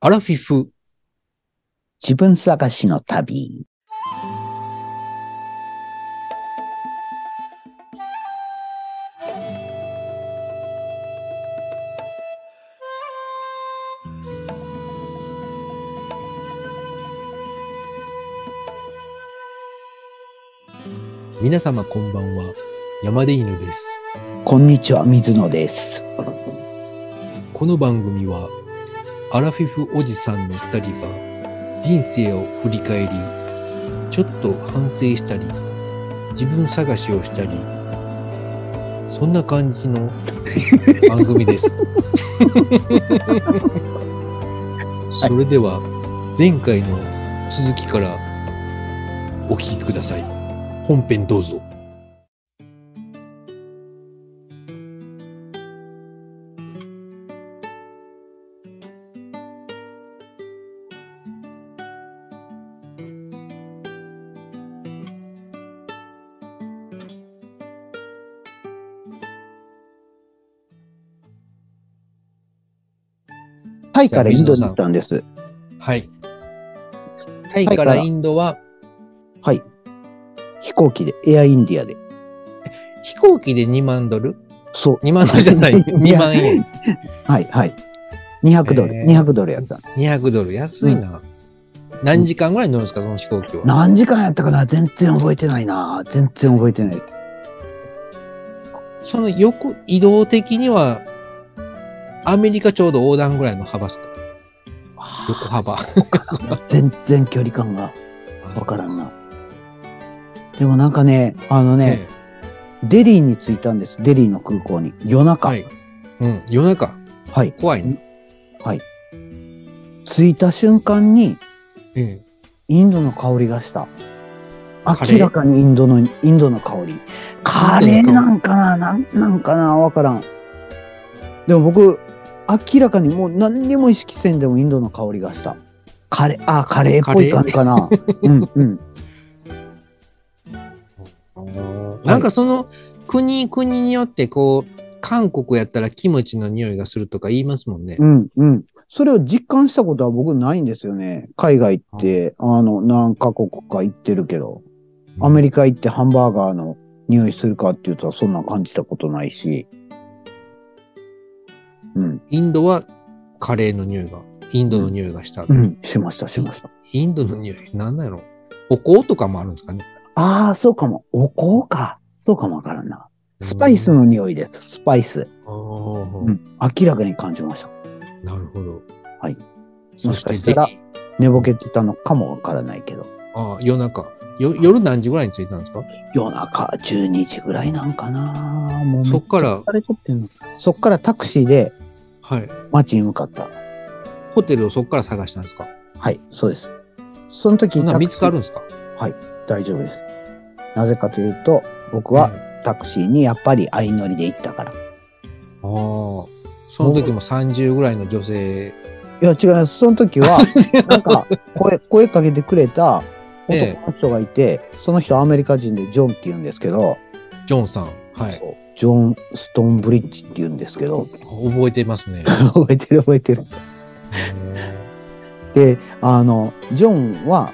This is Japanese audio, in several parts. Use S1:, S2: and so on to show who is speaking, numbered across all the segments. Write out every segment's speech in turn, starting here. S1: アラフィフ。
S2: 自分探しの旅。
S1: 皆様こんばんは。山出犬です。
S2: こんにちは、水野です。
S1: この番組は、アラフィフおじさんの二人が人生を振り返り、ちょっと反省したり、自分探しをしたり、そんな感じの番組です。それでは、前回の続きからお聞きください。本編どうぞ。
S2: タイからインドに行ったんです。
S1: はい。タイからインドは
S2: はい。飛行機で、エアインディアで。
S1: 飛行機で2万ドル
S2: そう。
S1: ?2 万ドルじゃ ない。2万円。。
S2: はい、はい。200ドル、
S1: えー
S2: 200ドルやった。
S1: 200ドル。安いな。何時間ぐらい乗るんですか、その飛行機は。
S2: 何時間やったかな全然覚えてないな。全然覚え てない。
S1: その横、移動的には、アメリカちょうど横断ぐらいの幅っすか横幅。
S2: 全然距離感がわからんな。でもなんかね、あのね、
S1: ええ
S2: デリーに着いたんです。デリーの空港に。夜中。
S1: は
S2: はい。
S1: い。うん。夜中。怖いね。
S2: 着いた瞬間に、
S1: え
S2: インドの香りがした。
S1: カレー
S2: 明らかにインドの、インドの香り。カレーなんかななんなんかなわからん。でも僕、明らかにもう何にも意識せんでもインドの香りがした。カレー、あ、カレーっぽい
S1: カ
S2: 感じかな。うん、うん。
S1: えなんかその、国、国によって、こう、韓国やったらキムチの匂いがするとか言いますもんね。
S2: うん、うん。それを実感したことは僕ないんですよね。海外行って、あの、何カ国か行ってるけど、アメリカ行ってハンバーガーの匂いするかっていうと、そんな感じたことないし。うん。
S1: インドはカレーの匂いが、インドの匂いがした。
S2: うん、しました、しました。
S1: インドの匂い、なんなんやろお香とかもあるんですかね
S2: ああ、そうかも。お香か。そうかもわからんな。スパイスの匂いです。スパイス。
S1: あー
S2: うん。明らかに感じました。
S1: なるほど。
S2: はい。
S1: そ
S2: もしかしたら
S1: ぜひ
S2: 寝ぼけてたのかもわからないけど。
S1: あー夜中。よ夜何時ぐらいに着いたんですか
S2: 夜中12時ぐらいなんかな。もうめっちゃ
S1: そっから、
S2: 疲れとってんの。そっからタクシーで
S1: はい。
S2: 街に向かった。
S1: ホテルをそっから探したんですか
S2: はい、そうです。その時
S1: そんな
S2: タ
S1: ん
S2: ク
S1: 見
S2: シー
S1: つかるんですか
S2: 大丈夫です。なぜかというと、僕はタクシーにやっぱり相乗りで行ったから。
S1: ああー。その時も30ぐらいの女性。
S2: いや、違います。その 時は、なんか、声、声かけてくれた男の人がいて、その人アメリカ人でジョンって言うんですけど、
S1: ジョンさん。はい。
S2: そうジョン・ストーンブリッジって言うんですけど、
S1: 覚えてます ね。
S2: 覚えてる覚えてる。
S1: へ
S2: で、あの、ジョンは、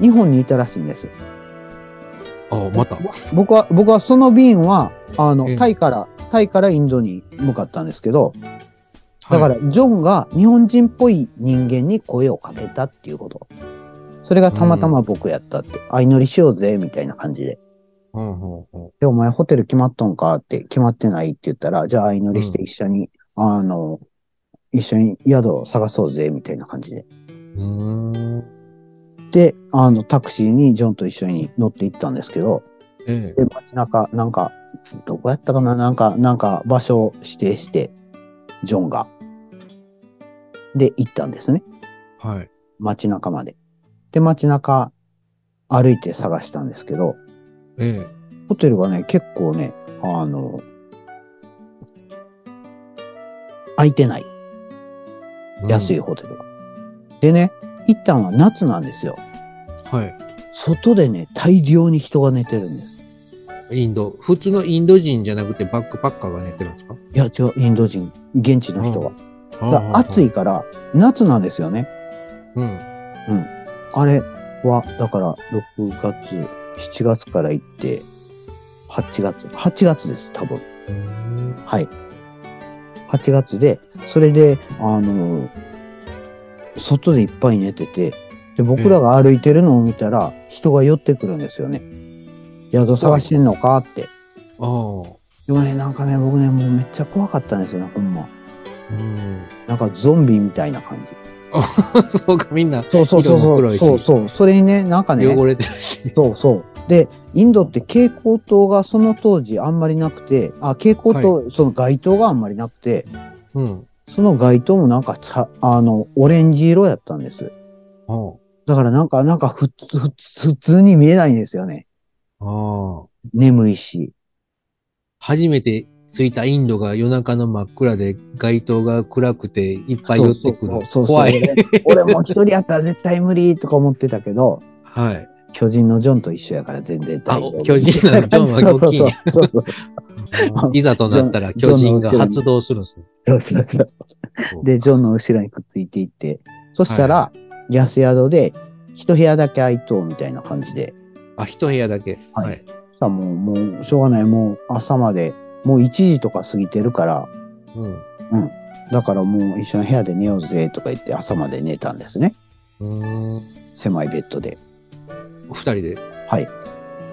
S2: 日本にいたらしいんです。
S1: ーあーまた。
S2: 僕は、僕はその便は、あ
S1: ええ
S2: の、タイから、タイからインドに向かったんですけど、だか
S1: はい
S2: ら、ジョンが日本人っぽい人間に声をかけたっていうこと。それがたまたま僕やったって、相乗りしようぜ、みたいな感じで。
S1: うんうんうん
S2: で、お前ホテル決まっとんかって、決まってないって言ったら、じゃあ相乗りして一緒に、あの、一緒に宿を探そうぜ、みたいな感じで。
S1: うーん。
S2: で、あの、タクシーにジョンと一緒に乗って行ったんですけど、
S1: ええ
S2: で、街中、なんか、どこやったかななんか、なんか場所を指定して、ジョンが。で、行ったんですね。
S1: はい。
S2: 街中まで。で、街中歩いて探したんですけど、
S1: え
S2: ホテルがね、結構ね、あの、空いてない。
S1: えうん
S2: 安いホテルが。でね、一旦は夏なんですよ。
S1: はい。
S2: 外でね、大量に人が寝てるんです。
S1: インド。普通のインド人じゃなくてバックパッカーが寝てるんですか
S2: いや、違う、インド人、現地の人が。
S1: あ
S2: だから
S1: ー
S2: 暑い。から、夏なんですよね。
S1: うん。
S2: あれは、だから、6月、7月から行って、8月、8月です、多分。
S1: うん
S2: はい。8月で、それで、あのー外でいっぱい寝てて、で、僕らが歩いてるのを見たら、人が寄ってくるんですよね。宿探してんのかって。
S1: ああ。
S2: でもね、なんかね、僕ね、もうめっちゃ怖かったんですよね、ほんま。
S1: うん。
S2: なんかゾンビみたいな感じ。
S1: そうか、みんな
S2: そうそうそ
S1: 色
S2: う
S1: も
S2: そ
S1: 黒
S2: う。
S1: いし
S2: そうそう。それにね、なんかね、
S1: 汚れてるし。
S2: そうそう。で、インドって蛍光灯がその当時あんまりなくて、あ、蛍光灯、その街灯があんまりなくて、
S1: うん。
S2: その街灯もなんか茶、あの、オレンジ色やったんです。
S1: ああ。
S2: だからなんか、なんか普通、普通普通に見えないんですよね。
S1: ああ。
S2: 眠いし。
S1: 初めて着いたインドが夜中の真っ暗で街灯が暗くていっぱい寄ってくる。
S2: そうそうそうそう
S1: 怖い。
S2: 俺俺も一人やったら絶対無理とか思ってたけど、
S1: はい。
S2: 巨人のジョンと一緒やから全然大丈
S1: あ
S2: 夫。
S1: 巨人のジョンは
S2: そ
S1: 大
S2: うそう
S1: きい
S2: そう
S1: ね
S2: そうそう。
S1: いざとなったら巨人が発動するんですね。
S2: そうそうそう。で、ジョンの後ろにくっついていって、そしたら、安宿で、一部屋だけ空いとうみたいな感じで、
S1: あ、一部屋だけ。
S2: はい
S1: はい。
S2: さあもう、もう、しょうがない、もう朝まで、もう1時とか過ぎてるから、だからもう一緒の部屋で寝ようぜとか言って朝まで寝たんですね。
S1: うん。うーん。
S2: 狭いベッドで。
S1: 二人で。
S2: はい。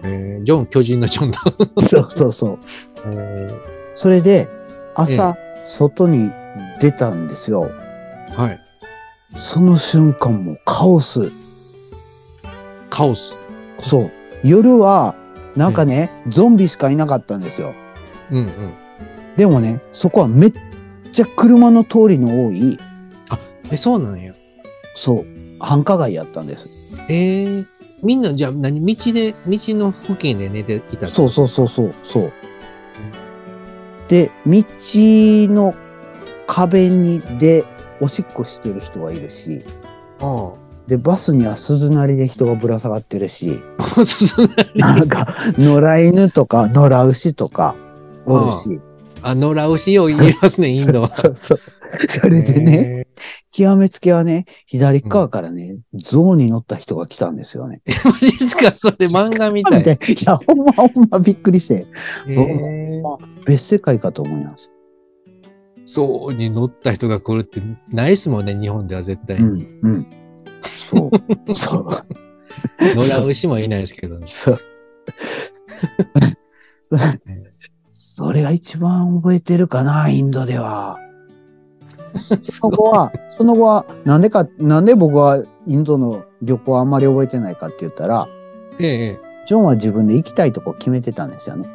S1: えー、ジョン、巨人のジョンだ。
S2: そうそうそう。
S1: えー
S2: それで、朝、外に出たんですよ。
S1: はい。
S2: その瞬間もうカオス。
S1: カオス。
S2: そう。夜は、なんかね、ゾンビしかいなかったんですよ。
S1: うんうん。
S2: でもね、そこはめっちゃ車の通りの多い、
S1: え、そうなんや。
S2: そう、繁華街やったんです。
S1: えー、みんな、じゃあ何、道で、道の付近で寝ていた
S2: そうそうそうそう、そう。で、道の壁にでおしっこしてる人がいるし、
S1: あ
S2: で、バスには鈴なりで人がぶら下がって るし、
S1: あ。 そうそう
S2: なんか、野良犬とか野良牛とかおるし、
S1: あ、野良牛を言いますね、インドは。
S2: そうそう。それでね、極めつけはね、左側からね、象に乗った人が来たんですよね。
S1: えー。マジっすかそれ漫画みたい。
S2: いや、ほんまほんまびっくりして、
S1: えー
S2: 別世界かと思います。
S1: そうに乗った人が来るってないっすもんね、日本では絶対。
S2: うん、うん。そう、そう、
S1: 野良牛もいないですけどね。
S2: そう。それが一番覚えてるかな、インドでは。その後は、その後は、なんでか、なんで僕はインドの旅行あんまり覚えてないかって言ったら、
S1: ええええ
S2: ジョンは自分で行きたいとこ決めてたんですよね。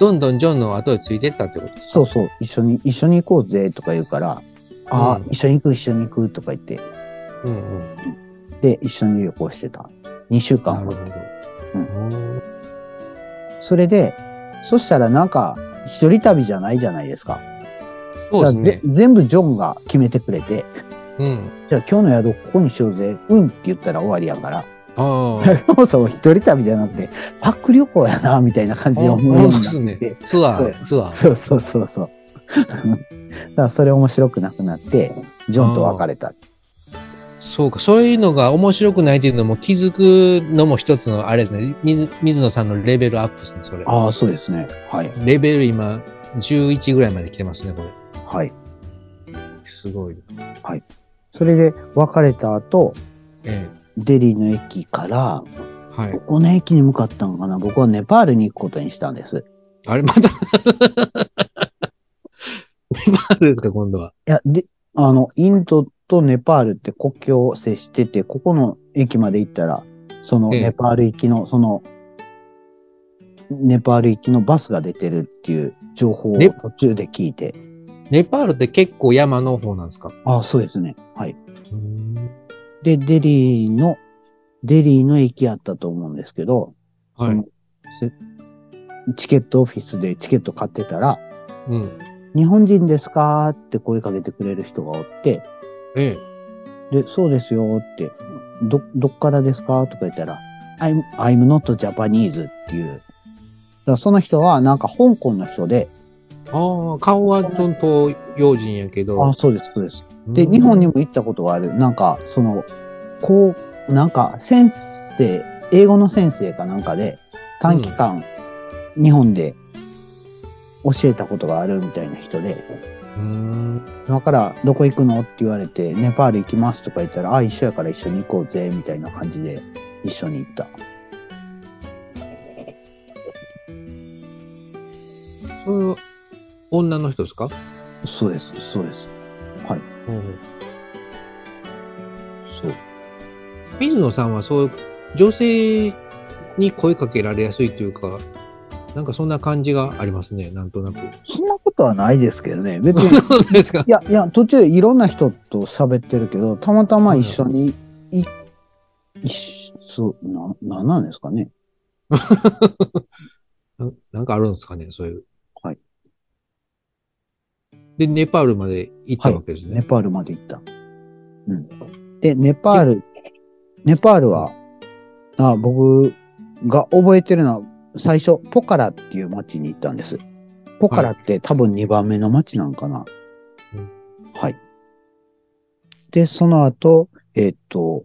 S1: どんどんジョンの後についてったってことですか
S2: そうそう、一緒に、一緒に行こうぜとか言うから、ああ、
S1: うん
S2: 一緒に行く、一緒に行くとか言って、
S1: う。んうん。
S2: で、一緒に旅行してた。2週
S1: な
S2: 間
S1: る
S2: ほ
S1: ほ
S2: ど。
S1: ど。
S2: う
S1: うん
S2: それで、そしたらなんか、一人旅じゃないじゃないですか。
S1: そうで
S2: だ
S1: すね
S2: からぜ。全部ジョンが決めてくれて、
S1: うん。
S2: じゃあ今日の宿ここにしようぜ。うんって言ったら終わりやから。
S1: ああ。
S2: そもそも一人旅じゃなくて、パック旅行やな、みたいな感じで思うよう
S1: 本
S2: にな
S1: 当
S2: っ
S1: で
S2: て
S1: すね。ツアー、ツアー。
S2: そうそうそうそう。 だからそれ面白くなくなって、ジョンと別れた。
S1: そうか、そういうのが面白くないというのも気づくのも一つのあれですね。水水野さんのレベルアップですね、それ。
S2: ああ、そうですね。はい。
S1: レベル今、11ぐらいまで来てますね、これ。
S2: はい。
S1: すごい。
S2: それで別れた後、
S1: え
S2: デリーの駅から、
S1: え。はい
S2: こ。この駅に向かったのかな僕はネパールに行くことにしたんです。
S1: あれ、またネパールですか、今度は。
S2: いや、で、あの、インドとネパールって国境を接してて、ここの駅まで行ったら、その
S1: ええ
S2: ネパール行きの、その、ネパール行きのバスが出てるっていう情報を
S1: ね
S2: 途中で聞いて、
S1: ネパールって結構山の方なんですか
S2: ああ、そうですね。はい。
S1: うん
S2: で、デリーの、デリーの駅やったと思うんですけど、
S1: はい。
S2: せチケットオフィスでチケット買ってたら、
S1: うん。
S2: 日本人ですかって声かけてくれる人がおって、
S1: ええ。
S2: で、そうですよって、ど、どっからですかとか言ったら、I'm, I'm not Japanese っていう。だからその人はなんか香港の人で、
S1: ああ、顔はちょっと用心やけど
S2: あ、そうです、そうです。で、日本にも行ったことがある。なんか、その、こう、なんか、先生、英語の先生かなんかで、短期間、日本で教えたことがあるみたいな人で、
S1: うん
S2: 今からどこ行くのって言われて、ネパール行きますとか言ったら、あ、一緒やから一緒に行こうぜ、みたいな感じで、一緒に行った。
S1: それは女の人ですか、
S2: そうです、そうです。そう。
S1: 水野さんはそう女性に声かけられやすいというかなんかそんな感じがありますねなんとなく。
S2: そんなことはないですけどね、別 に。
S1: そうですか
S2: いやいや途中いろんな人と喋ってるけどたまたま一緒にい、一緒ななんなんですかね
S1: ななんかあるんですかねそういう。
S2: はい。
S1: でネパールまで行ったわけですね。
S2: ネパールまで行った、うん、でネパールネパールはあ僕が覚えてるのは最初ポカラっていう町に行ったんですポカラって多分2番目の町なんかな
S1: うん
S2: はい、でその後えーっと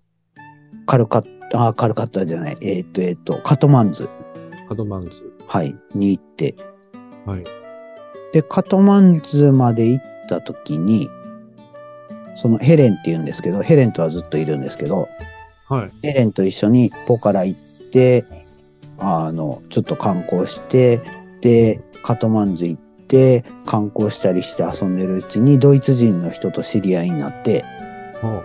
S2: カルカッタあカルカッタじゃないえーっとえーっとカトマンズ
S1: カトマンズ。
S2: はい、に行って。
S1: はい。
S2: で、カトマンズまで行った時に、そのヘレンって言うんですけど、ヘレンとはずっといるんですけど、
S1: はい。
S2: ヘレンと一緒にポカラ行って、あの、ちょっと観光して、で、カトマンズ行って、観光したりして遊んでるうちに、ドイツ人の人と知り合いになって、
S1: は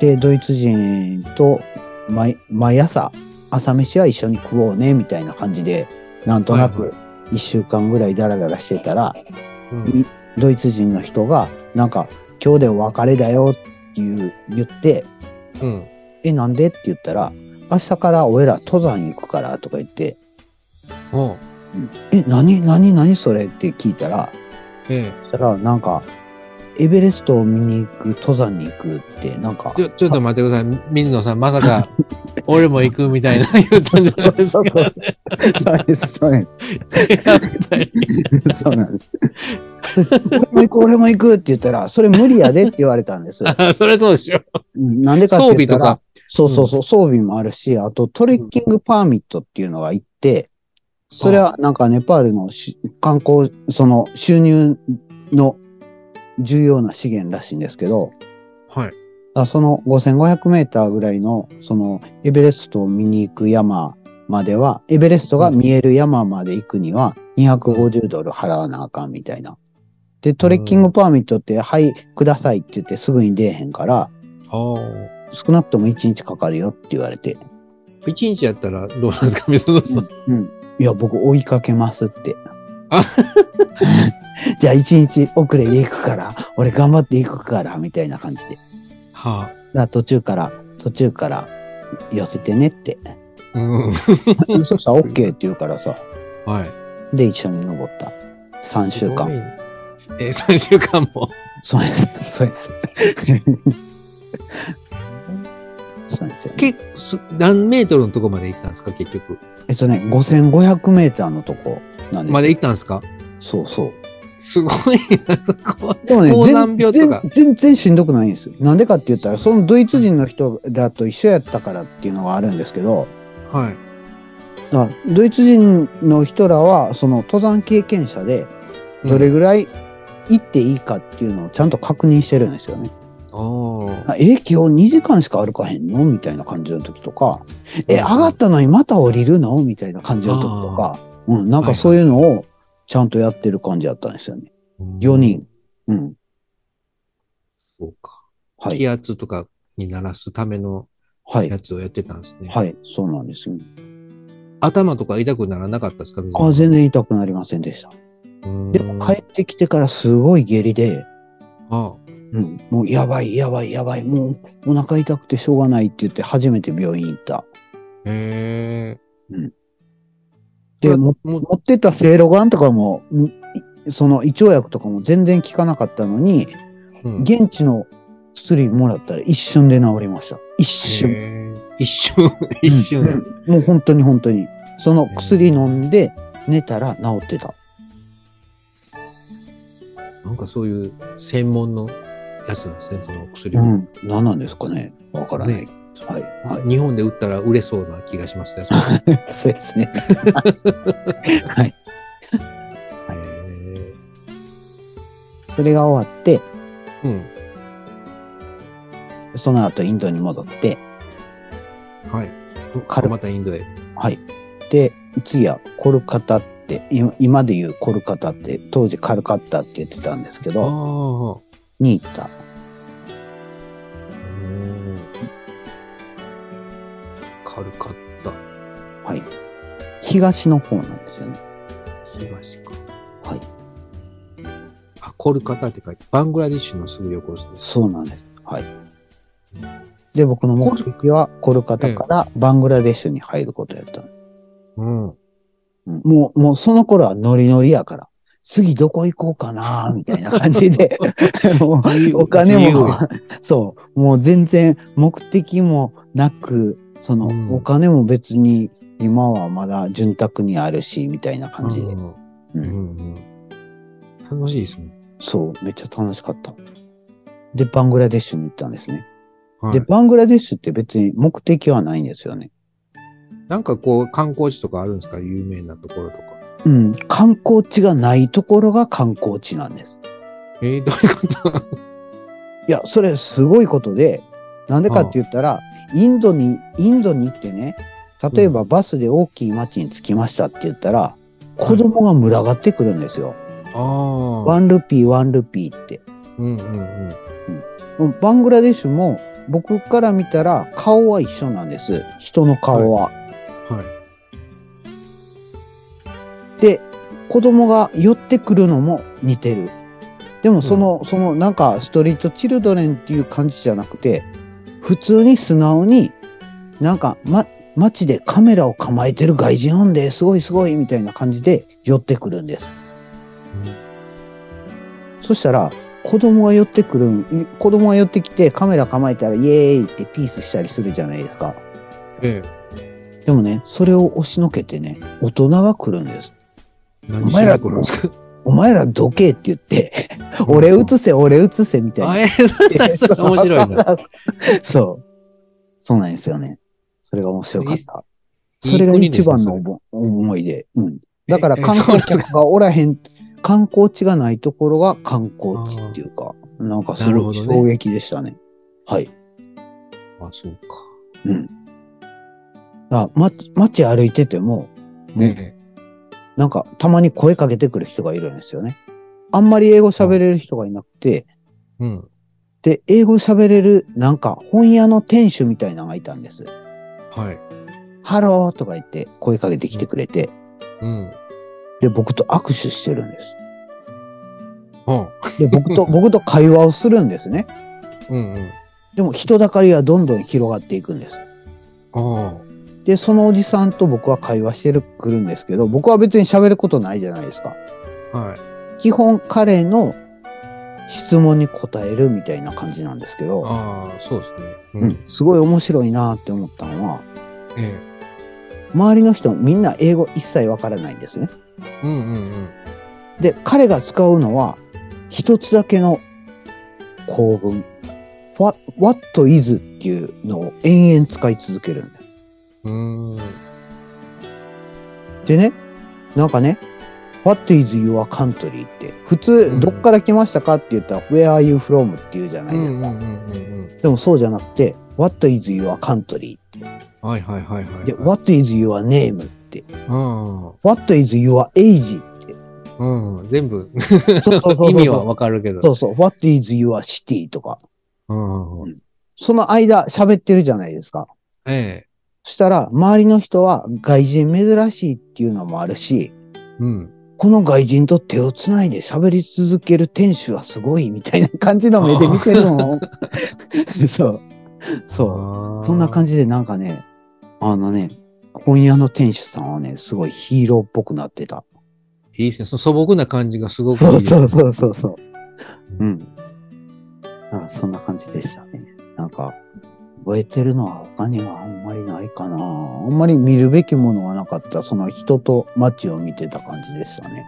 S2: で、ドイツ人と毎毎朝、朝飯は一緒に食おうね、みたいな感じで、なんとな
S1: は
S2: く一週間ぐらいダラダラしてたら、
S1: あうん
S2: いドイツ人の人が、なんか、今日でお別れだよっていう言って、
S1: うん。
S2: え、なんでって言ったら、明日から俺ら登山行くからとか言って、
S1: は
S2: え、何何何それって聞いたら、
S1: あえ
S2: そしたら、なんか、エベレストを見に行く、登山に行くって、なんか
S1: え。、ちょ、ちょっと待ってください。水野さん、ま さか、俺も行くみたいな言ったんじゃないです
S2: そうそう
S1: か。
S2: そうです、そうです。 そうなんです。俺も行く、俺も行くって言ったら、それ無理やでって言われたんです。
S1: あそれそうでしょ。
S2: うんなんでかっ
S1: 装
S2: て
S1: 備
S2: 言っ
S1: と
S2: たら
S1: か、。
S2: そうそうそう、装備もあるし、あとトレッキングパーミットっていうのが行って、それはなんかネパールのし観光、その収入の重要な資源らしいんですけど、
S1: はい。
S2: あその5500メーターぐらいの、そのエベレストを見に行く山までは、エベレストが見える山まで行くには250ドル払わなあかんみたいな。で、トレッキングパーミットって、はい、くださいって言ってすぐに出えへんから、
S1: あ
S2: 少なくとも1日かかるよって言われて、
S1: あ。一日やったらどうなんですか、水野さん。
S2: うん。いや、僕追いかけますって
S1: あ。
S2: じゃあ1日遅れで行くから、俺頑張って行くから、みたいな感じで。
S1: は
S2: だから途中から、途中から寄せてねって。
S1: あ。うん。
S2: そしたら OK って言うからさ。
S1: はい。
S2: で、一緒に登った。3週間。
S1: すごい。え、3週間も。
S2: そうです。そうです。そうですよ、ね。
S1: けす何メートルのとこまで行ったんですか、結局。
S2: えっとね、5500メーターのとこなんですよ
S1: まで行ったんですか
S2: そうそう。
S1: すごいな、そこ。
S2: でもね、
S1: 高
S2: 全
S1: 山病とか
S2: 全全然しんどくないんですよ。なんでかって言ったら、そのドイツ人の人らと一緒やったからっていうのがあるんですけど、
S1: はい。
S2: だからドイツ人の人らは、その登山経験者で、どれ
S1: うん
S2: ぐらい行っていいかっていうのをちゃんと確認してるんですよね。
S1: ああ。
S2: あえ、今日2時間しか歩かへんのみたいな感じの時とか、え、上がったのにまた降りるのみたいな感じの時とか、うん、なんかそういうのをちゃんとやってる感じだったんですよね。4人。。うん。
S1: そうか。
S2: はい。
S1: 気圧とかに鳴らすための
S2: はい
S1: や。つをやってたんですね。
S2: はい、そうなんですよ。
S1: 頭とか痛くならなかったですか
S2: あ全。然痛くなりませんでした。
S1: 水野さん
S2: でも帰ってきてからすごい下痢で、
S1: あ
S2: うん、もうやばいやばいやばい、もうお腹痛くてしょうがないって言って初めて病院行った。
S1: あへえ。
S2: で、
S1: あ
S2: も
S1: もう、
S2: 持ってたセいろがんとかも、んいその胃腸薬とかも全然効かなかったのに、
S1: うん
S2: 現地の薬もらったら一瞬で治りました。一瞬。
S1: へー一瞬、一瞬。
S2: うんもう本当に本当に。その薬飲んで寝たら治ってた。
S1: なんかそういう専門のやつなんですね、その薬
S2: う
S1: も、
S2: ん。何なんですかね。わからない。
S1: ね
S2: はい。はい。
S1: 日本で売ったら売れそうな気がしますね。それ
S2: そうですね。はい。
S1: へ
S2: それが終わって、
S1: ーうん。
S2: その後インドに戻って、
S1: はい。
S2: カル
S1: またインドへ。
S2: はい。で、次はコルカタって、今今で言うコルカタって、当時カルカッタって言ってたんですけ
S1: ああ
S2: ど、に行った。
S1: うん。軽かった。
S2: はい。東の方なんですよね。
S1: 東か。
S2: はい。
S1: あ、コルカタって書いて、バングラディッシュのすぐ横です。
S2: そうなんです。はい。で、僕の目的はコルカタからバングラデシュに入ることやったの。
S1: うん。
S2: うんもう、もうその頃はノリノリやから。次どこ行こうかなみたいな感じ で。もう
S1: 自由
S2: お金
S1: 自由
S2: も
S1: や、
S2: そう、もう全然目的もなく、その、
S1: うん
S2: お金も別に今はまだ潤沢にあるし、みたいな感じで。
S1: うん
S2: う
S1: うんんうん。楽しいですね。
S2: そう、めっちゃ楽しかった。で、バングラデシュに行ったんですね。
S1: はい
S2: で、バングラデシュって別に目的はないんですよね。
S1: なんかこう、観光地とかあるんですか有名なところとか。
S2: うん、観光地がないところが観光地なんです。
S1: えー、どういうこと
S2: いや、それすごいことで、なんでかって言ったら、インドに、インドに行ってね、例えばバスで大きい町に着きましたって言ったら、子供が群がってくるんですよ。
S1: あ
S2: ワ
S1: あ。
S2: ンルピー、ワンルピーって。
S1: うんうんうん。
S2: うんバングラデシュも、僕から見たら顔は一緒なんです。人の顔は。
S1: はい。
S2: で、子供が寄ってくるのも似てる。でもその、そのなんかストリートチルドレンっていう感じじゃなくて、普通に素直に、なんか、ま、街でカメラを構えてる外人おんで、すごいすごいみたいな感じで寄ってくるんです。そしたら、子供が寄ってくるん、子供が寄ってきてカメラ構えたらイエーイってピースしたりするじゃないですか。
S1: ええ
S2: でもね、それを押しのけてね、大人が来るんです。
S1: 何しに来るんですか
S2: お前らどけって言って、 俺映せ、俺映せみたいな
S1: あ、。えー、それそれ面白い な。
S2: そう。そうなんですよね。それが面白かった。
S1: いい
S2: それが
S1: いい国ですね
S2: 一番の思思い出。うん。だから
S1: え
S2: 観光客がおらへん、観光地がないところが観光地っていうか、なんかす
S1: なるほ
S2: ごい
S1: どね
S2: 衝撃でしたね。はい。
S1: あ、そうか。
S2: だから街街歩いてても、もう
S1: ね
S2: なんかたまに声かけてくる人がいるんですよね。あんまり英語喋れる人がいなくて、
S1: え。うん。
S2: で、英語喋れるなんか本屋の店主みたいなのがいたんです。
S1: はい。
S2: ハローとか言って声かけてきてくれて、
S1: うん。
S2: で、僕と握手してるんです。
S1: うん。
S2: で、僕と、 僕と会話をするんですね。
S1: うんうん。
S2: でも人だかりはどんどん広がっていくんです。
S1: あ
S2: で、そのおじさんと僕は会話してる、くるんですけど、僕は別に喋ることないじゃないですか。
S1: あ。はい。
S2: 基本彼の質問に答えるみたいな感じなんですけど、
S1: ああ、そうですね。う。
S2: うんん、すごい面白いなって思ったのは、
S1: え
S2: 周りの人みんな英語一切わからないんですね。
S1: え。うんうんうん。
S2: で、彼が使うのは、一つだけの構文。what, what is っていうのを延々使い続けるんだよ。
S1: うーん。
S2: でね、なんかね、what is your country って、普通、
S1: うん
S2: どっから来ましたかって言ったら、where are you from って言うじゃな
S1: う
S2: いですか。
S1: んうんうんうん
S2: でもそうじゃなくて、what is your country
S1: うん。はいはいはいはい。
S2: で、what is your name って、
S1: うん。
S2: what is your age って、
S1: うん。全部、
S2: そうそうそうそう
S1: 意味はわかるけど。
S2: そうそう、what is your city とか、
S1: うんうん。
S2: その間喋ってるじゃないですか。
S1: ええ。
S2: そしたら、周りの人は外人珍しいっていうのもあるし、
S1: うん。
S2: この外人と手をつないで喋り続ける店主はすごいみたいな感じの目で見てるのを。 そう。そう。そんな感
S1: じ。
S2: じでなんかね、あのね、本屋の店主さんはね、すごいヒーローっぽくなってた。
S1: いいですね。その素朴な感じがすごくいい
S2: そ
S1: で
S2: う
S1: す。
S2: そうそうそうそう。うん。なんかそんな感じでしたね。なんか、覚えてるのは他にはあんまりないかな。あんまり見るべきものがなかった。その人と街を見てた感じでしたね。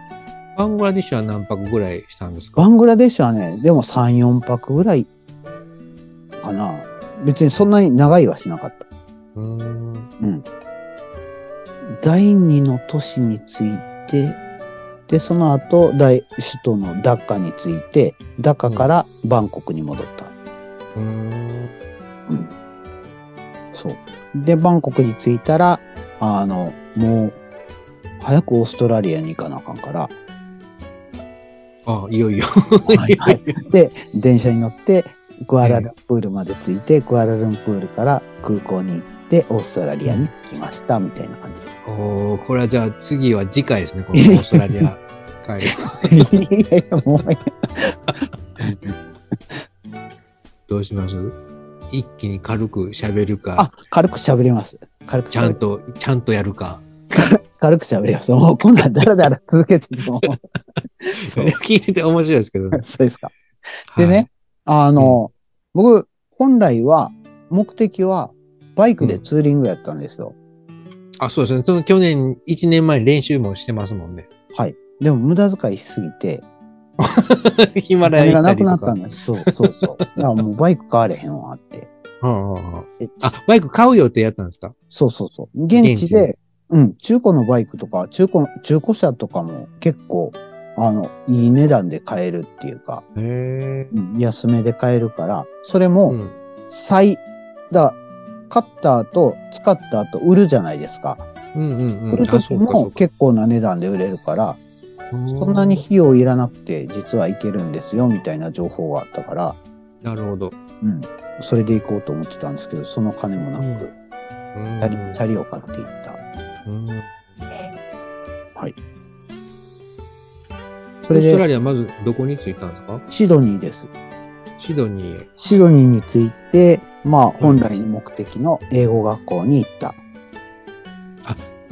S1: バングラディッシュは何泊ぐらいしたんです
S2: バ
S1: か
S2: ングラデシュはね、でも3、4泊ぐらいかな。別にそんなに長いはしなかった。
S1: うーん。
S2: 第二の都市について、で、その後、大首都のダッカについて、ダッカからバンコクに戻った。
S1: うーん。
S2: そう。で、バンコクに着いたら、あの、もう、早くオーストラリアに行かなあかんから、
S1: あ、いよいよ。
S2: はいはい。で、電車に乗って、クアラルンプールまで着いて、クアラルンプールから空港に行って、オーストラリアに着きました、みたいな感じ。
S1: おーこれはじゃあ次は次回ですね、このオーストラリア会。
S2: いやいや、もう、
S1: どうします一気に軽く喋る
S2: あ
S1: か、、
S2: 軽く喋ります。軽く
S1: ちゃ
S2: 喋
S1: ん
S2: り
S1: と、ちゃんとやるか。
S2: 軽く喋ります。もう、こんなんだらだら続けても。
S1: そ
S2: そう
S1: れ、聞いてて面白いですけ どね。
S2: そうですか。でね、あの、僕、本来は、目的は、バイクでツーリングやったんですよ。
S1: はい。あ、そうですね。その去年、1年前に練習もしてますもんね。
S2: はい。でも、無駄遣いしすぎて、
S1: ヒ
S2: お
S1: マラ
S2: 金
S1: ヤ行
S2: が
S1: った
S2: な
S1: り
S2: く
S1: と
S2: な
S1: か。
S2: ったんです。そうそうそう。だから もう、バイク買われへんわって。
S1: うんうんうん
S2: でち
S1: あ、バイク買う予定やったんですか
S2: そうそうそう。現地
S1: 現
S2: で、うん、中古のバイクとか、中古、中古車とかも結構、あの、いい値段で買えるっていうか、
S1: へえ。
S2: うん安めで買えるから、それ
S1: う
S2: も、
S1: ん。
S2: 再、だから買った後、使った後、売るじゃないですか。
S1: うんうん
S2: 売
S1: うん。
S2: る
S1: あ、
S2: 時
S1: そうかそ
S2: も
S1: うか。
S2: 結構な値段で売れるから、そ
S1: そ
S2: んなに費用いらなくて、実はいけるんですよ、みたいな情報があったから、
S1: なるほど。
S2: うん、それで行こうと思ってたんですけど、その金もな
S1: うん
S2: く、
S1: うん
S2: チャリ、チャリを買って行った。
S1: うん
S2: そ
S1: オ
S2: れ
S1: ーストラ
S2: で、
S1: リアまずどこに着いたんですか
S2: シドニーです。
S1: シドニーへ。
S2: シドニーに着いて、まあ、本来の目的の英語学校に行った。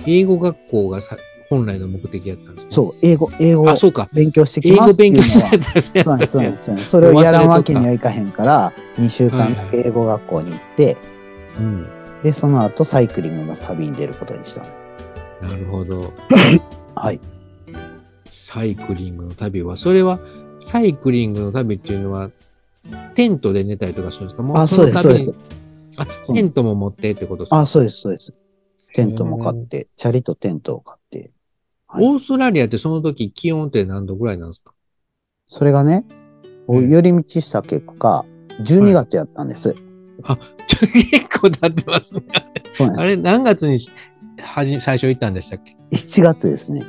S1: 英語学校がさ本来の目的やったんです、ね、
S2: そう、英語、英語を
S1: あ、そうか。
S2: 勉強してき
S1: 英
S2: ま
S1: 語
S2: すってい
S1: 勉
S2: うの
S1: 強して
S2: は。
S1: たんですね。
S2: そうなんです、そうなんですそうなんです。それをやらんわけにはいかへんから、2週間だけ英語学校に行って、
S1: うん。
S2: で、その後サイクリングの旅に出ることにした。
S1: なるほど。
S2: はい。
S1: サイクリングの旅は、それは、サイクリングの旅っていうのは、テントで寝たりとかするんですかも
S2: あそうです
S1: の旅に
S2: そう
S1: あ、テントも持ってってことですか
S2: あ、そうです、そうです。テントも買って、チャリとテントを買って。はい
S1: オーストラリアってその時気温って何度ぐらいなんですか
S2: それがね、こう
S1: うん
S2: 寄り道した結果、12月やったんで
S1: ち
S2: す。
S1: ょ結構経ってますね。
S2: そうなん
S1: あ
S2: で
S1: れ、何月にしはじ最初行ったんでしたっけ
S2: す。7月ですね。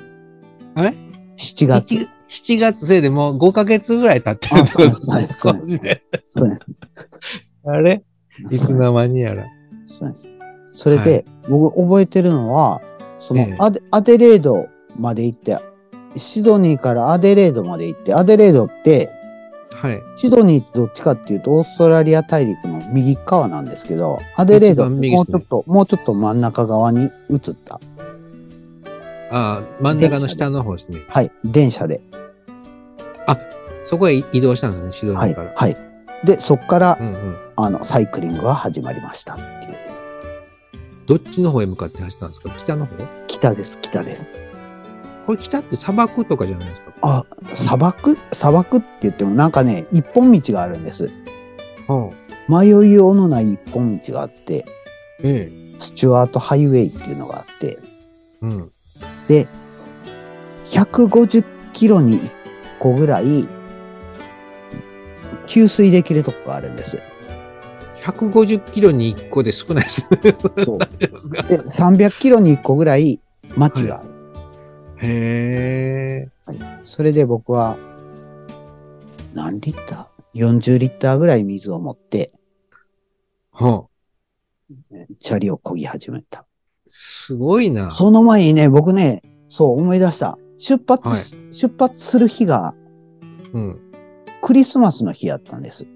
S1: あれ
S2: ?7 月。
S1: 7, 7月せいでもう5ヶ月ぐらい経ってるってことですね
S2: あそうです
S1: マジで
S2: そうなんです。
S1: あれいつの間にやら。
S2: そうなんです。それで、僕覚えてるのは、その
S1: ええ
S2: アデ、アデレードまで行って、シドニーからアデレードまで行って、アデレードって、
S1: はい。
S2: シドニーってどっちかっていうと、オーストラリア大陸の右側なんですけど、アデレードってもう
S1: 一
S2: ちょ
S1: 番右で
S2: っと、もうちょっと真ん中側に移った。
S1: ああ、真ん中の下の方ですね。
S2: はい、電車で。
S1: そこへ移動したんですね、シドニ
S2: はい、
S1: ーから。
S2: はい。で、そっから、
S1: うんうん。
S2: あの、サイクリングが始まりましたっていう。
S1: どっちの方へ向かって走ったんですか北の方
S2: 北です、北です。
S1: これ北って砂漠とかじゃないですか。
S2: あ、砂漠砂漠って言ってもなんかね、一本道があるんです。
S1: うん。
S2: 迷いようのない一本道があって、
S1: ええ。
S2: スチュワートハイウェイっていうのがあって、
S1: うん。
S2: 150キロに1個ぐらい、給水できるとこがあるんです。
S1: 150キロに1個で少ない ですね。
S2: そう。
S1: ですか
S2: で、300キロに1個ぐらい町がある。
S1: へえ。
S2: それで僕は、何リッター ?40 リッターぐらい水を持って、
S1: はあ、
S2: チャリを漕ぎ始めた。
S1: すごいな。
S2: その前にね、僕ね、そう思い出した。出発し、出発する日が
S1: うん。
S2: クリスマスの日やったんです。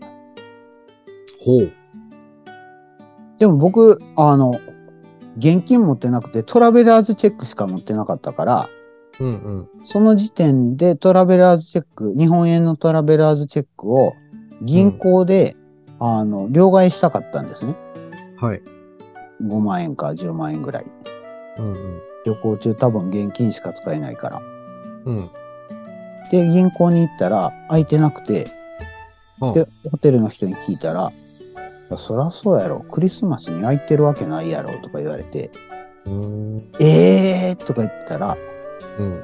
S1: ほう。
S2: でも僕、あの、現金持ってなくて、トラベラーズチェックしか持ってなかったから、
S1: うんうん。
S2: その時点でトラベラーズチェック、日本円のトラベラーズチェックを銀行で、あの、両替したかったんですね。
S1: はい。
S2: 5万円か10万円ぐらい。
S1: うんうん。
S2: 旅行中多分現金しか使えないから。
S1: うん。
S2: で、銀行に行ったら空いてなくて、
S1: うん
S2: で、ホテルの人に聞いたら、いやそらそうやろ、クリスマスに空いてるわけないやろとか言われて、
S1: うん。
S2: えーとか言ったら、
S1: うん。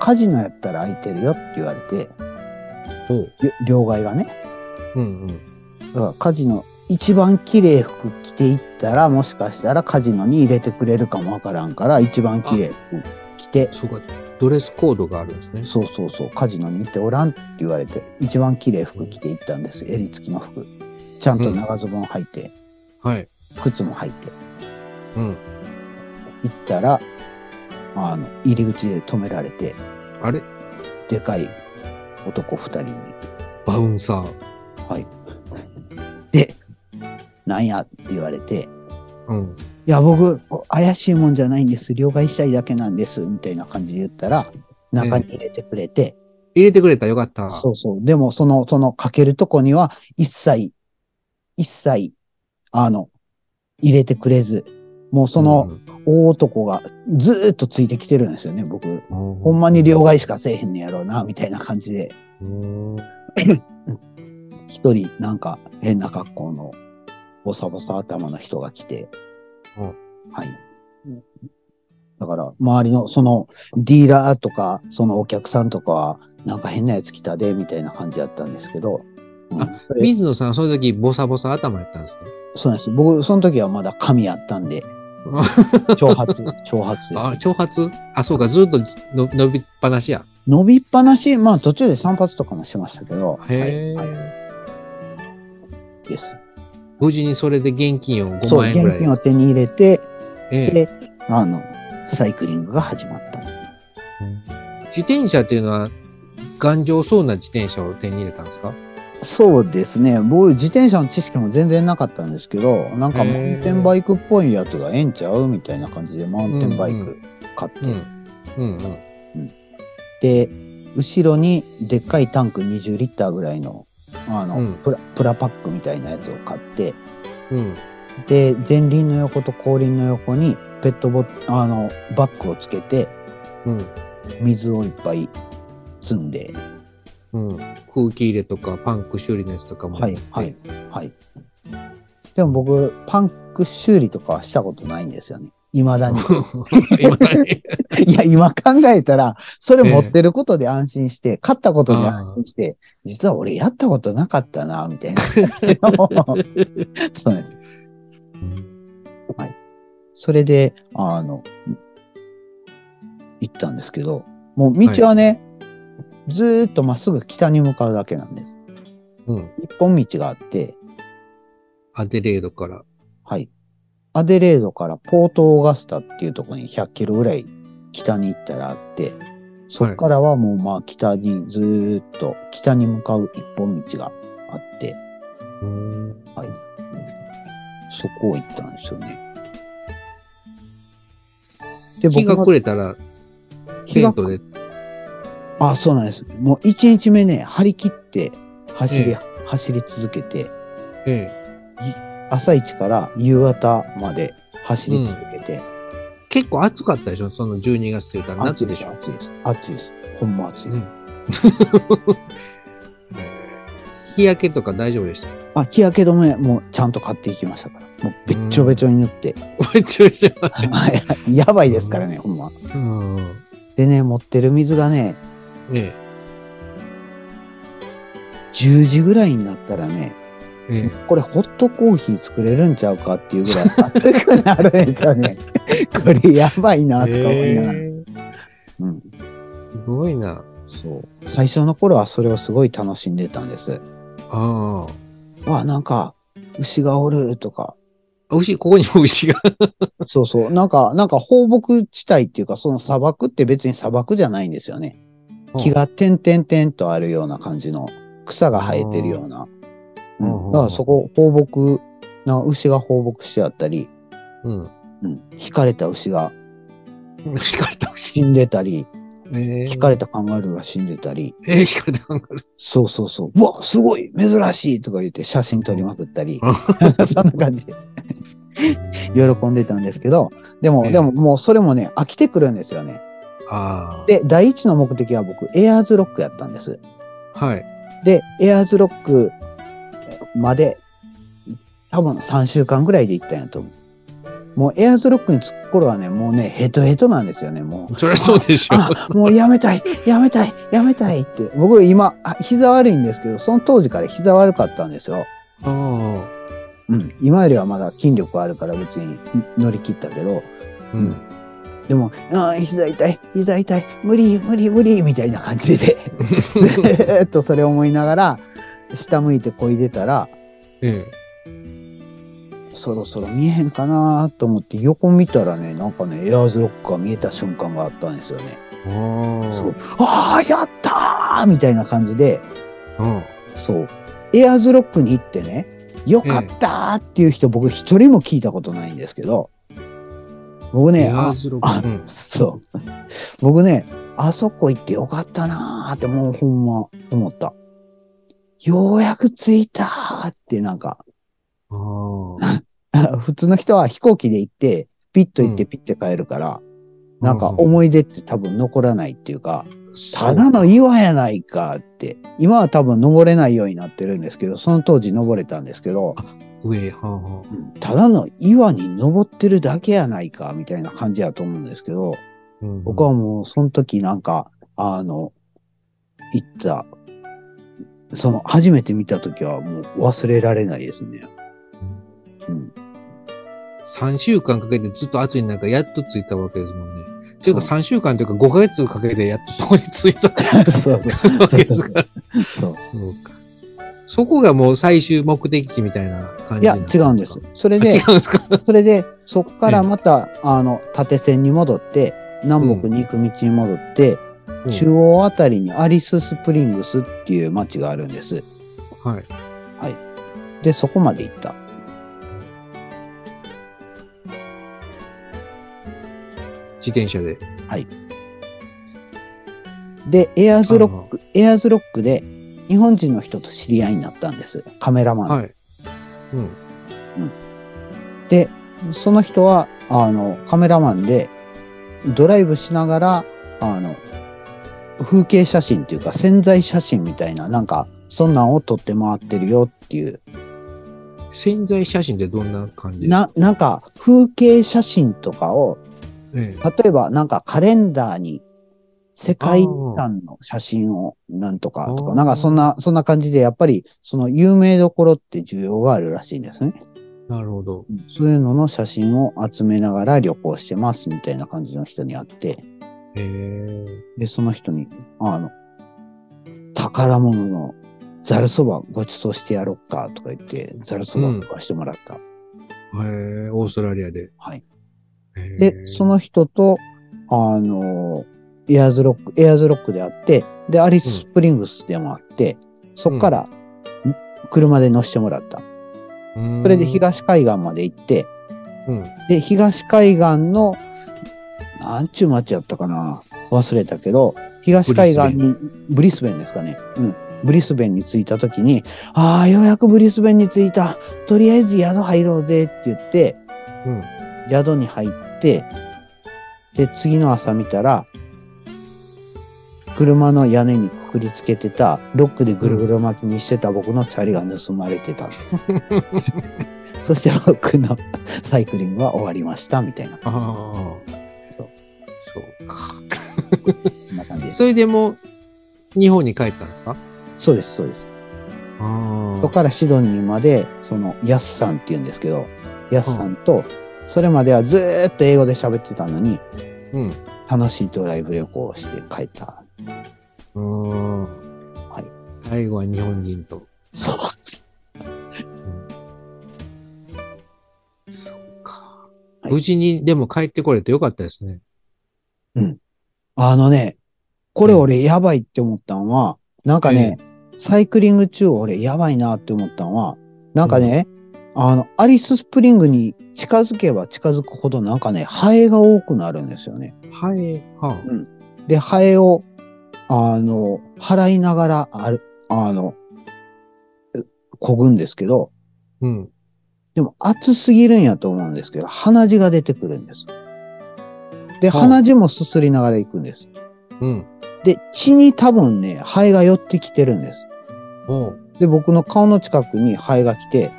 S2: カジノやったら空いてるよって言われて、
S1: おう。
S2: りょ両替がね。
S1: うんうん。
S2: だからカジノ、一番綺麗服着ていったら、もしかしたらカジノに入れてくれるかもわからんから、一番綺麗服着て、
S1: そうか、ドレスコードがあるんですね。
S2: そうそうそう、カジノに行っておらんって言われて、一番綺麗服着ていったんです。襟付きの服。ちゃんと長ズボン履いて、
S1: はい。
S2: 靴も履いて、
S1: うん。
S2: 行ったら、あの、入り口で止められて、
S1: あれ
S2: でかい男二人に、
S1: バウンサー。
S2: はい。で、なんやって言われて、
S1: うん。
S2: いや、僕、怪しいもんじゃないんです。両替したいだけなんです。みたいな感じで言ったら、中に入れてくれて、
S1: 入れてくれたよかった。
S2: そうそう。でも、その、その、かけるとこには、一切、一切、あの、入れてくれず、もうその、大男がずーっとついてきてるんですよね、僕。
S1: うん、
S2: ほんまに両替しかせえへんねやろうな、みたいな感じで。
S1: うん。
S2: 一人、なんか、変な格好の、ボサボサ頭の人が来て、
S1: うん
S2: はい。だから、周りの、その、ディーラーとか、そのお客さんとかは、なんか変なやつ来たで、みたいな感じだったんですけど、うん
S1: あ
S2: それ
S1: 水野さん、その時、ボサボサ頭やったんですね。
S2: そうなんです。僕、その時はまだ髪やった んで、長髪、長髪です。
S1: あ、長髪あ、そうか、ずっとの伸びっぱなしや。
S2: 伸びっぱなし、まあ途中で散髪とかもしましたけど、は
S1: へ
S2: い、
S1: え、
S2: はい、です。
S1: 無事にそれで現金を5
S2: そう、
S1: 万円ぐらい。
S2: 現金を手に入れて、
S1: ええ
S2: で、あの、サイクリングが始まった。
S1: 自転車っていうのは、頑丈そうな自転車を手に入れたんですか
S2: そうですね。僕、自転車の知識も全然なかったんですけど、なんかマウンテンバイクっぽいやつがええんちゃうみたいな感じで、マウンテンバイク買って、
S1: うん。うんうん。
S2: で、後ろにでっかいタンク20リッターぐらいの、あの、
S1: うん
S2: プラプラパックみたいなやつを買って、
S1: うん。
S2: で、前輪の横と後輪の横に、ペットボあの、バッグをつけて、
S1: うん。
S2: 水をいっぱい積んで、
S1: うん、空気入れとかパンク修理のやつとかも
S2: はい、はい、はい。でも僕、パンク修理とかはしたことないんですよね。未だに。
S1: 今ね
S2: いや、今考えたら、それ持ってることで安心して、勝ったことで安心して、実は俺やったことなかったな、みたいな 感じの。そうなんです。それで、あの、行ったんですけど、もう道はね、ずーっとまっすぐ北に向かうだけなんです。
S1: うん、
S2: 一本道があって、
S1: アデレードから
S2: はい。アデレードからポートオーガスタっていうところに100キロぐらい北に行ったらあって、そっからはもうまあ北にずーっと北に向かう一本道があって、
S1: うん
S2: はい。そこを行ったんですよね。で、
S1: 日が
S2: 僕
S1: 暮
S2: も
S1: れたら
S2: 日
S1: テン
S2: が
S1: トで
S2: あ、そうなんです。もう一日目ね、張り切って走り、走り続けて、
S1: ええ
S2: 朝一から夕方まで走り続けて、
S1: 結構暑かったでしょその12月というか夏でしょ
S2: 暑いです。暑いです。ほんま暑い。
S1: うん日焼けとか大丈夫でした
S2: あ、日焼け止めもうちゃんと買っていきましたから。もうべっちょべちょに塗 って。
S1: めっちゃめちゃ
S2: はいやばいですからね、ほんま。
S1: うんね
S2: でね、持ってる水がね、
S1: え
S2: 10時ぐらいになったらね、
S1: ええ
S2: これホットコーヒー作れるんちゃうかっていうぐらい熱くなるんですよね。これやばいな、とか思いながら。
S1: え
S2: うん。
S1: えすごいな
S2: そう。最初の頃はそれをすごい楽しんでたんです。
S1: ああ
S2: わ、なんか、牛がおるとか、
S1: 牛ここにも牛が
S2: そうそう。なんか、なんか放牧地帯っていうか、その砂漠って別に砂漠じゃないんですよね。木が点々点とあるような感じの、草が生えてるような。う
S1: うんうんうん
S2: ん。だからそこ、放牧、な牛が放牧してあったり、
S1: うん
S2: うん。引かれた牛が
S1: 引かれた牛
S2: 死んでたり、
S1: ええ
S2: 引かれたカンガルーが死んでたり、
S1: ええ引かれた
S2: そうそうそう、うわ、すごい珍しいとか言って写真撮りまくったり、 そんな感じで。喜んでたんですけど、でも、
S1: ええ
S2: でももうそれもね、飽きてくるんですよね。
S1: ああ。
S2: で、第一の目的は僕、エアーズロックやったんです。
S1: はい。
S2: で、エアーズロックまで、多分3週間ぐらいで行ったんやと思う。もうエアーズロックに着く頃はね、もうね、ヘトヘトなんですよね、もう。
S1: そりゃそうでしょ。
S2: あ、もうやめたい、やめたい、やめたいって。僕今、あ膝悪いんですけど、その当時から膝悪かったんですよ。
S1: ああ。
S2: うん。今よりはまだ筋力はあるから別に乗り切ったけど、
S1: うん。
S2: でも、あー膝痛い、膝痛い、無理、無理、無理、みたいな感 じで、 ずーっとそれ思いながら、下向いてこいでたら、
S1: え
S2: そろそろ見えへんかなと思って横見たらね、なんかね、エアーズロックが見えた瞬間があったんですよね。
S1: え。ああ。
S2: そう。。ああ、やったーみたいな感じで、
S1: うん。
S2: そう。エアーズロックに行ってね、よかったーっていう人、僕一人も聞いたことないんですけど、僕ね、
S1: エアー
S2: あ
S1: ズロッ
S2: あ
S1: ク。うん。
S2: そう。僕ね、あそこ行ってよかったなーってもうほんま思った。ようやく着いたーってなんか、
S1: ああ。
S2: 普通の人は飛行機で行って、ピッと行って
S1: うん
S2: ピッて帰るから、なんか
S1: うん
S2: 思い出って多分残らないっていうか、 ただの岩やないかって、今は多分登れないようになってるんですけど、その当時登れたんですけど、
S1: そう上、はあ、は
S2: ただの岩に登ってるだけやないかみたいな感じやと思うんですけど、
S1: あ。うん
S2: 僕はもうその時なんか、あの、行った、その初めて見た時はもう忘れられないで すね。うん。
S1: 3週間かけてずっと暑い中、やっと着いたわけですもんね。というか
S2: そ
S1: 3週間というか5ヶ月かけてやっとそこに着いた わ
S2: そうそう。
S1: け
S2: そう
S1: で
S2: そう
S1: すから。
S2: そ
S1: そ
S2: う。
S1: うか。そこがもう最終目的地みたいな感
S2: い
S1: じ
S2: や、
S1: なん
S2: 違うんです
S1: か。
S2: それ
S1: あ違
S2: で、
S1: うんですか。
S2: それで、そこからまた、あの、縦線に戻って、南北に行く道に戻って、中央あたりにアリススプリングスっていう町があるんです。
S1: うんはい。
S2: で、そこまで行った。
S1: 自転車で。
S2: で、エアーズロック、エアーズロックで、日本人の人と知り合いになったんです。カメラマンの。
S1: はい。うん。
S2: で、その人は、あの、カメラマンで、ドライブしながら、あの、風景写真っていうか潜在写真みたいな、なんか、そんなんを撮って回ってるよっていう。
S1: 潜在写真ってどんな感じです
S2: な、なんか、風景写真とかを、
S1: ええ
S2: 例えばなんかカレンダーに世界遺産の写真をなんとかと
S1: あ
S2: か、
S1: ー
S2: なんかそんな、そんな感じで、やっぱりその有名どころって需要があるらしいんですね。
S1: なるほど。
S2: そういうのの写真を集めながら旅行してますみたいな感じの人に会って、
S1: へえ
S2: で、その人に、あの、宝物のざるそばごちそうしてやろっかとか言って、ざるそばとかしてもらった。
S1: へえオーストラリアで。
S2: はい。
S1: へえ
S2: で、そ、の人と、あの、エアーズロック、エアーズロックであって、で、アリススプリングスでもあって、そっから、ん車で乗せてもらった。
S1: そ
S2: それで、東海岸まで行って、
S1: うん。
S2: で、東海岸の、なんちゅう町やったかな忘れたけど、東海岸に、ブリスベンですかね。うん。ブリスベンに着いた時に、ああ、ようやくブリスベンに着いた。とりあえず宿入ろうぜって言って、
S1: うん。
S2: 宿に入って、で、次の朝見たら、車の屋根にくくりつけてた、ロックでぐるぐる巻きにしてた僕のチャリが盗まれてた。 そして僕の サイクリングは終わりました、みたいな
S1: ああ
S2: 感。そう
S1: そうか。
S2: じ。そんな感じです。
S1: それでも、日本に帰ったんですか
S2: そうです、そうです。
S1: あ
S2: そこからシドニーまで、その、ヤスさんって言うんですけど、ヤスさんと、それまではずーっと英語で喋ってたのに、
S1: うん。
S2: 楽しいドライブ旅行をして帰った。
S1: うーん。はい。最後は日本人と。
S2: そう。
S1: そうか。
S2: はい
S1: 無事に、でも帰ってこれてよかったですね。
S2: あのね、これ俺やばいって思ったんは、なんかね、サイクリング中俺やばいなって思ったんは、なんかね、あの、アリススプリングに近づけば近づくほどなんかね、ハエが多くなるんですよね。
S1: はい。は
S2: で、ハエを、あの、払いながら、ある、あの、うこぐんですけど、
S1: あ。うん。
S2: でも暑すぎるんやと思うんですけど、鼻血が出てくるんです。で、
S1: はい
S2: 鼻血もすすりながら行くんです。
S1: うん。
S2: で、血に多分ね、肺が寄ってきてるんです。
S1: おう
S2: で、僕の顔の近くに肺が来て、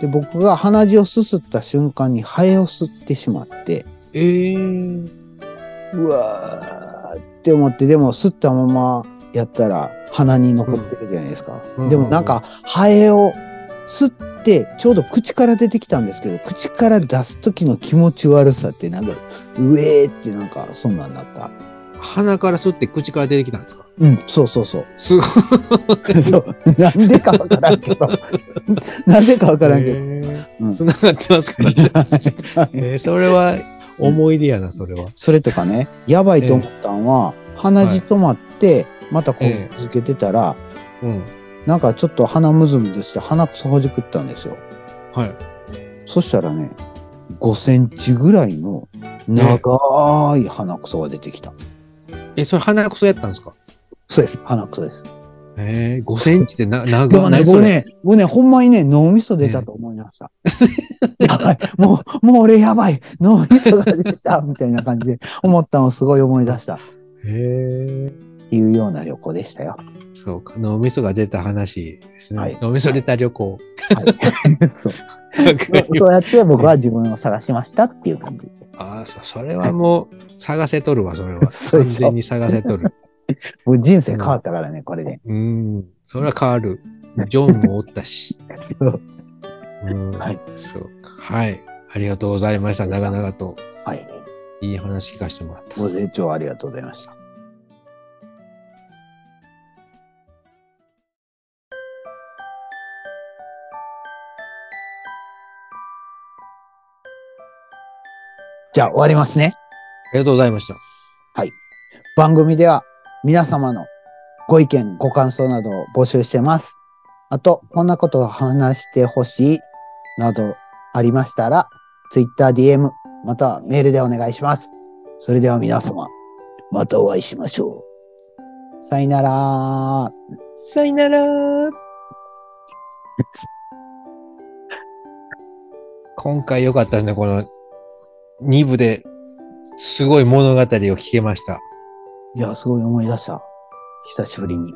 S2: で、僕が鼻血をすすった瞬間に肺を吸ってしまって、
S1: ええー。
S2: うわーって思って、でも吸ったままやったら鼻に残ってるじゃないですか。
S1: うん
S2: でもなんか、ハを吸って、ちょうど口から出てきたんですけど、口から出す時の気持ち悪さって、なんか、うえーってなんか、そんなんなった。
S1: 鼻から吸って口から出てきたんですか
S2: うん、そうそうそう。
S1: すごい。
S2: そうなんでかわからんけど、なんでかわからんけど。うん
S1: つながってますから、ね。 えーそれは思い出やな、それは。
S2: それとかね、やばいと思ったんは、鼻血止まって、またこう
S1: ええ
S2: 続けてたら、
S1: うん。
S2: なんかちょっと鼻むずむずして鼻くそほじくったんですよ。
S1: はい。
S2: そしたらね、5センチぐらいの長い鼻くそが出てきた。
S1: え、それ鼻くそやったんですか
S2: そうです。鼻くそです。
S1: えー、5センチってな、長い。
S2: でもね、
S1: 何それ
S2: 僕。ね、僕ね、ほんまにね、脳みそ出たと思いました。 やばい、もう、もう俺やばい、脳みそが出た、みたいな感じで思ったのをすごい思い出した。っ
S1: えー、
S2: ていうような旅行でしたよ。
S1: そうか。脳みそが出た話ですね。
S2: はい
S1: 脳みそ出た旅行。
S2: はい。そう
S1: わかりました
S2: そうやって僕は自分を探しましたっていう感じ。
S1: ああ、そそれはもう、探せとるわ、それは。
S2: そう
S1: 完
S2: でしょ
S1: 全に探せとる。
S2: 僕人生変わったからね、これで。
S1: うん。それは変わる。ジョンもおったし。
S2: そう
S1: うん。
S2: はい。
S1: そうか。はい。ありがとうございました。長々と。
S2: はい。
S1: いい話聞かせてもらった。
S2: ご清聴ありがとうございました。じゃあ終わりますね。
S1: ありがとうございました。
S2: 番組では皆様のご意見、ご感想などを募集してます。あと、こんなことを話してほしいなどありましたら、Twitter、DM、またはメールでお願いします。それでは皆様、またお会いしましょう。さよなら。
S1: さよなら。今回良かったですね、この2部ですごい物語を聞けました。
S2: いや、すごい思い出した。久しぶりに。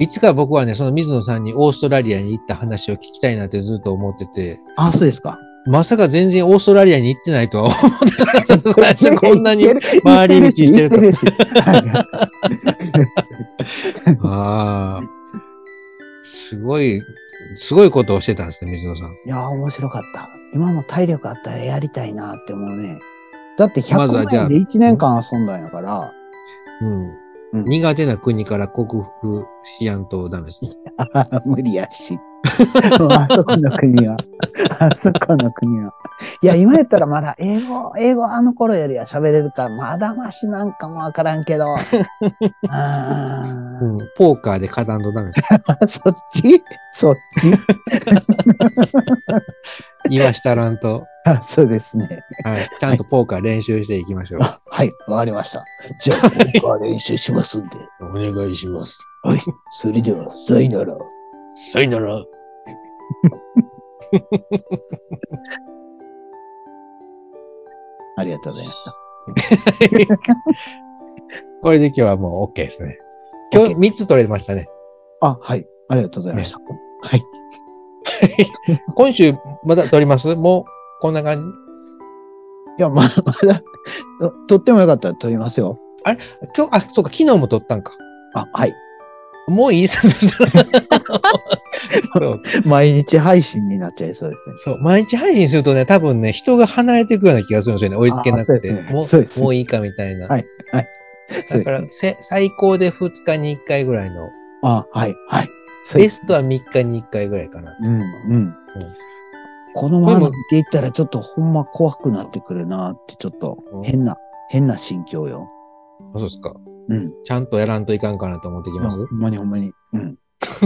S1: いつか僕はね、その水野さんにオーストラリアに行った話を聞きたいなってずっと思ってて、
S2: あ、そうです か。
S1: まさか全然オーストラリアに行ってないとは思ってなかったです最 初こんなに
S2: 言。ってる
S1: 回り道してると
S2: 言ってるし。 はいはい
S1: ああ。すごい、すごいことをしてたんですね、水野さん。
S2: いやー、面白かった。今も体力あったらやりたいなって思うね。だって100
S1: まずはじゃあ
S2: 万円で1年間遊んだんやから、
S1: う。
S2: うんん
S1: 苦手な国から克服しやんとダメです。
S2: あはは無理やし。もうあそこの国は。 あそこの国は。いや、今やったらまだ英語、英語あの頃よりは喋れるから、まだましなんかもわからん けど。あー
S1: うん、ポーカーで勝たんとダメです。
S2: あ、そっちそっち
S1: 言わしたらんと、
S2: あそうですね。
S1: はい、ちゃんとポーカー練習していきましょう。
S2: あはい、わかりました。じゃあ、僕は練習しますんで。
S1: お願いします。
S2: それでは、さよなら。
S1: さよなら。
S2: ありがとうございました。
S1: これで今日はもう OK ですね。今日3つ取れましたね。
S2: あ、はい。ありがとうございました。はい。
S1: 今週まだ取りますもうこんな感じ
S2: いや、まだ、まだ、ととってもよかったら撮りますよ。
S1: 今日、あ、そうか、昨日も取ったんか。
S2: あ、はい。
S1: もういいです、そ したら。そう
S2: 毎日配信になっちゃいそうですね。
S1: そう、毎日配信するとね、多分ね、人が離れていくような気がするんですよね。追いつけなくて。
S2: あそうですね
S1: も
S2: そうです
S1: う
S2: ね
S1: もういいかみたいな。
S2: はいそう
S1: だか
S2: です
S1: ら
S2: ね。
S1: せ、最高で2日に1回ぐらいの、
S2: あ、はい、はい。そう
S1: ベ
S2: です。
S1: ストは3日に1回ぐらいかな。
S2: うん、うん。このままでいったらちょっとほんま怖くなってくるなって、ちょっと
S1: うん
S2: 変な、変な心境よ。
S1: あそうですか。
S2: うん。
S1: ちゃんとやらんといかんかなと思ってき
S2: い
S1: ま
S2: や
S1: す
S2: ほ。んまにほんまに。うん。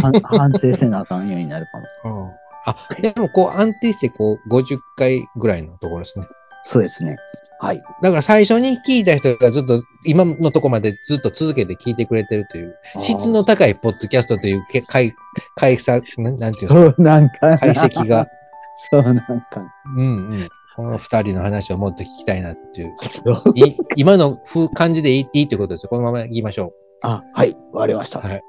S2: はん 反省せなあかんようになるかも。
S1: うんあ、でもこう安定してこう50回ぐらいのところですね。
S2: そうですね。はい。
S1: だから最初に聞いた人がずっと今のとこまでずっと続けて聞いてくれてるという、質の高いポッドキャストというけ解、 解散、なんなんていうんですか、
S2: そうなんかな。
S1: 解析が。
S2: そうなんかな。
S1: うんうん。この二人の話をもっと聞きたいなっていう。
S2: そう
S1: い今の風感じでいいっていいってことですよ。このまま言いましょ
S2: あ、はい、わかりまし
S1: う。
S2: た。
S1: はい。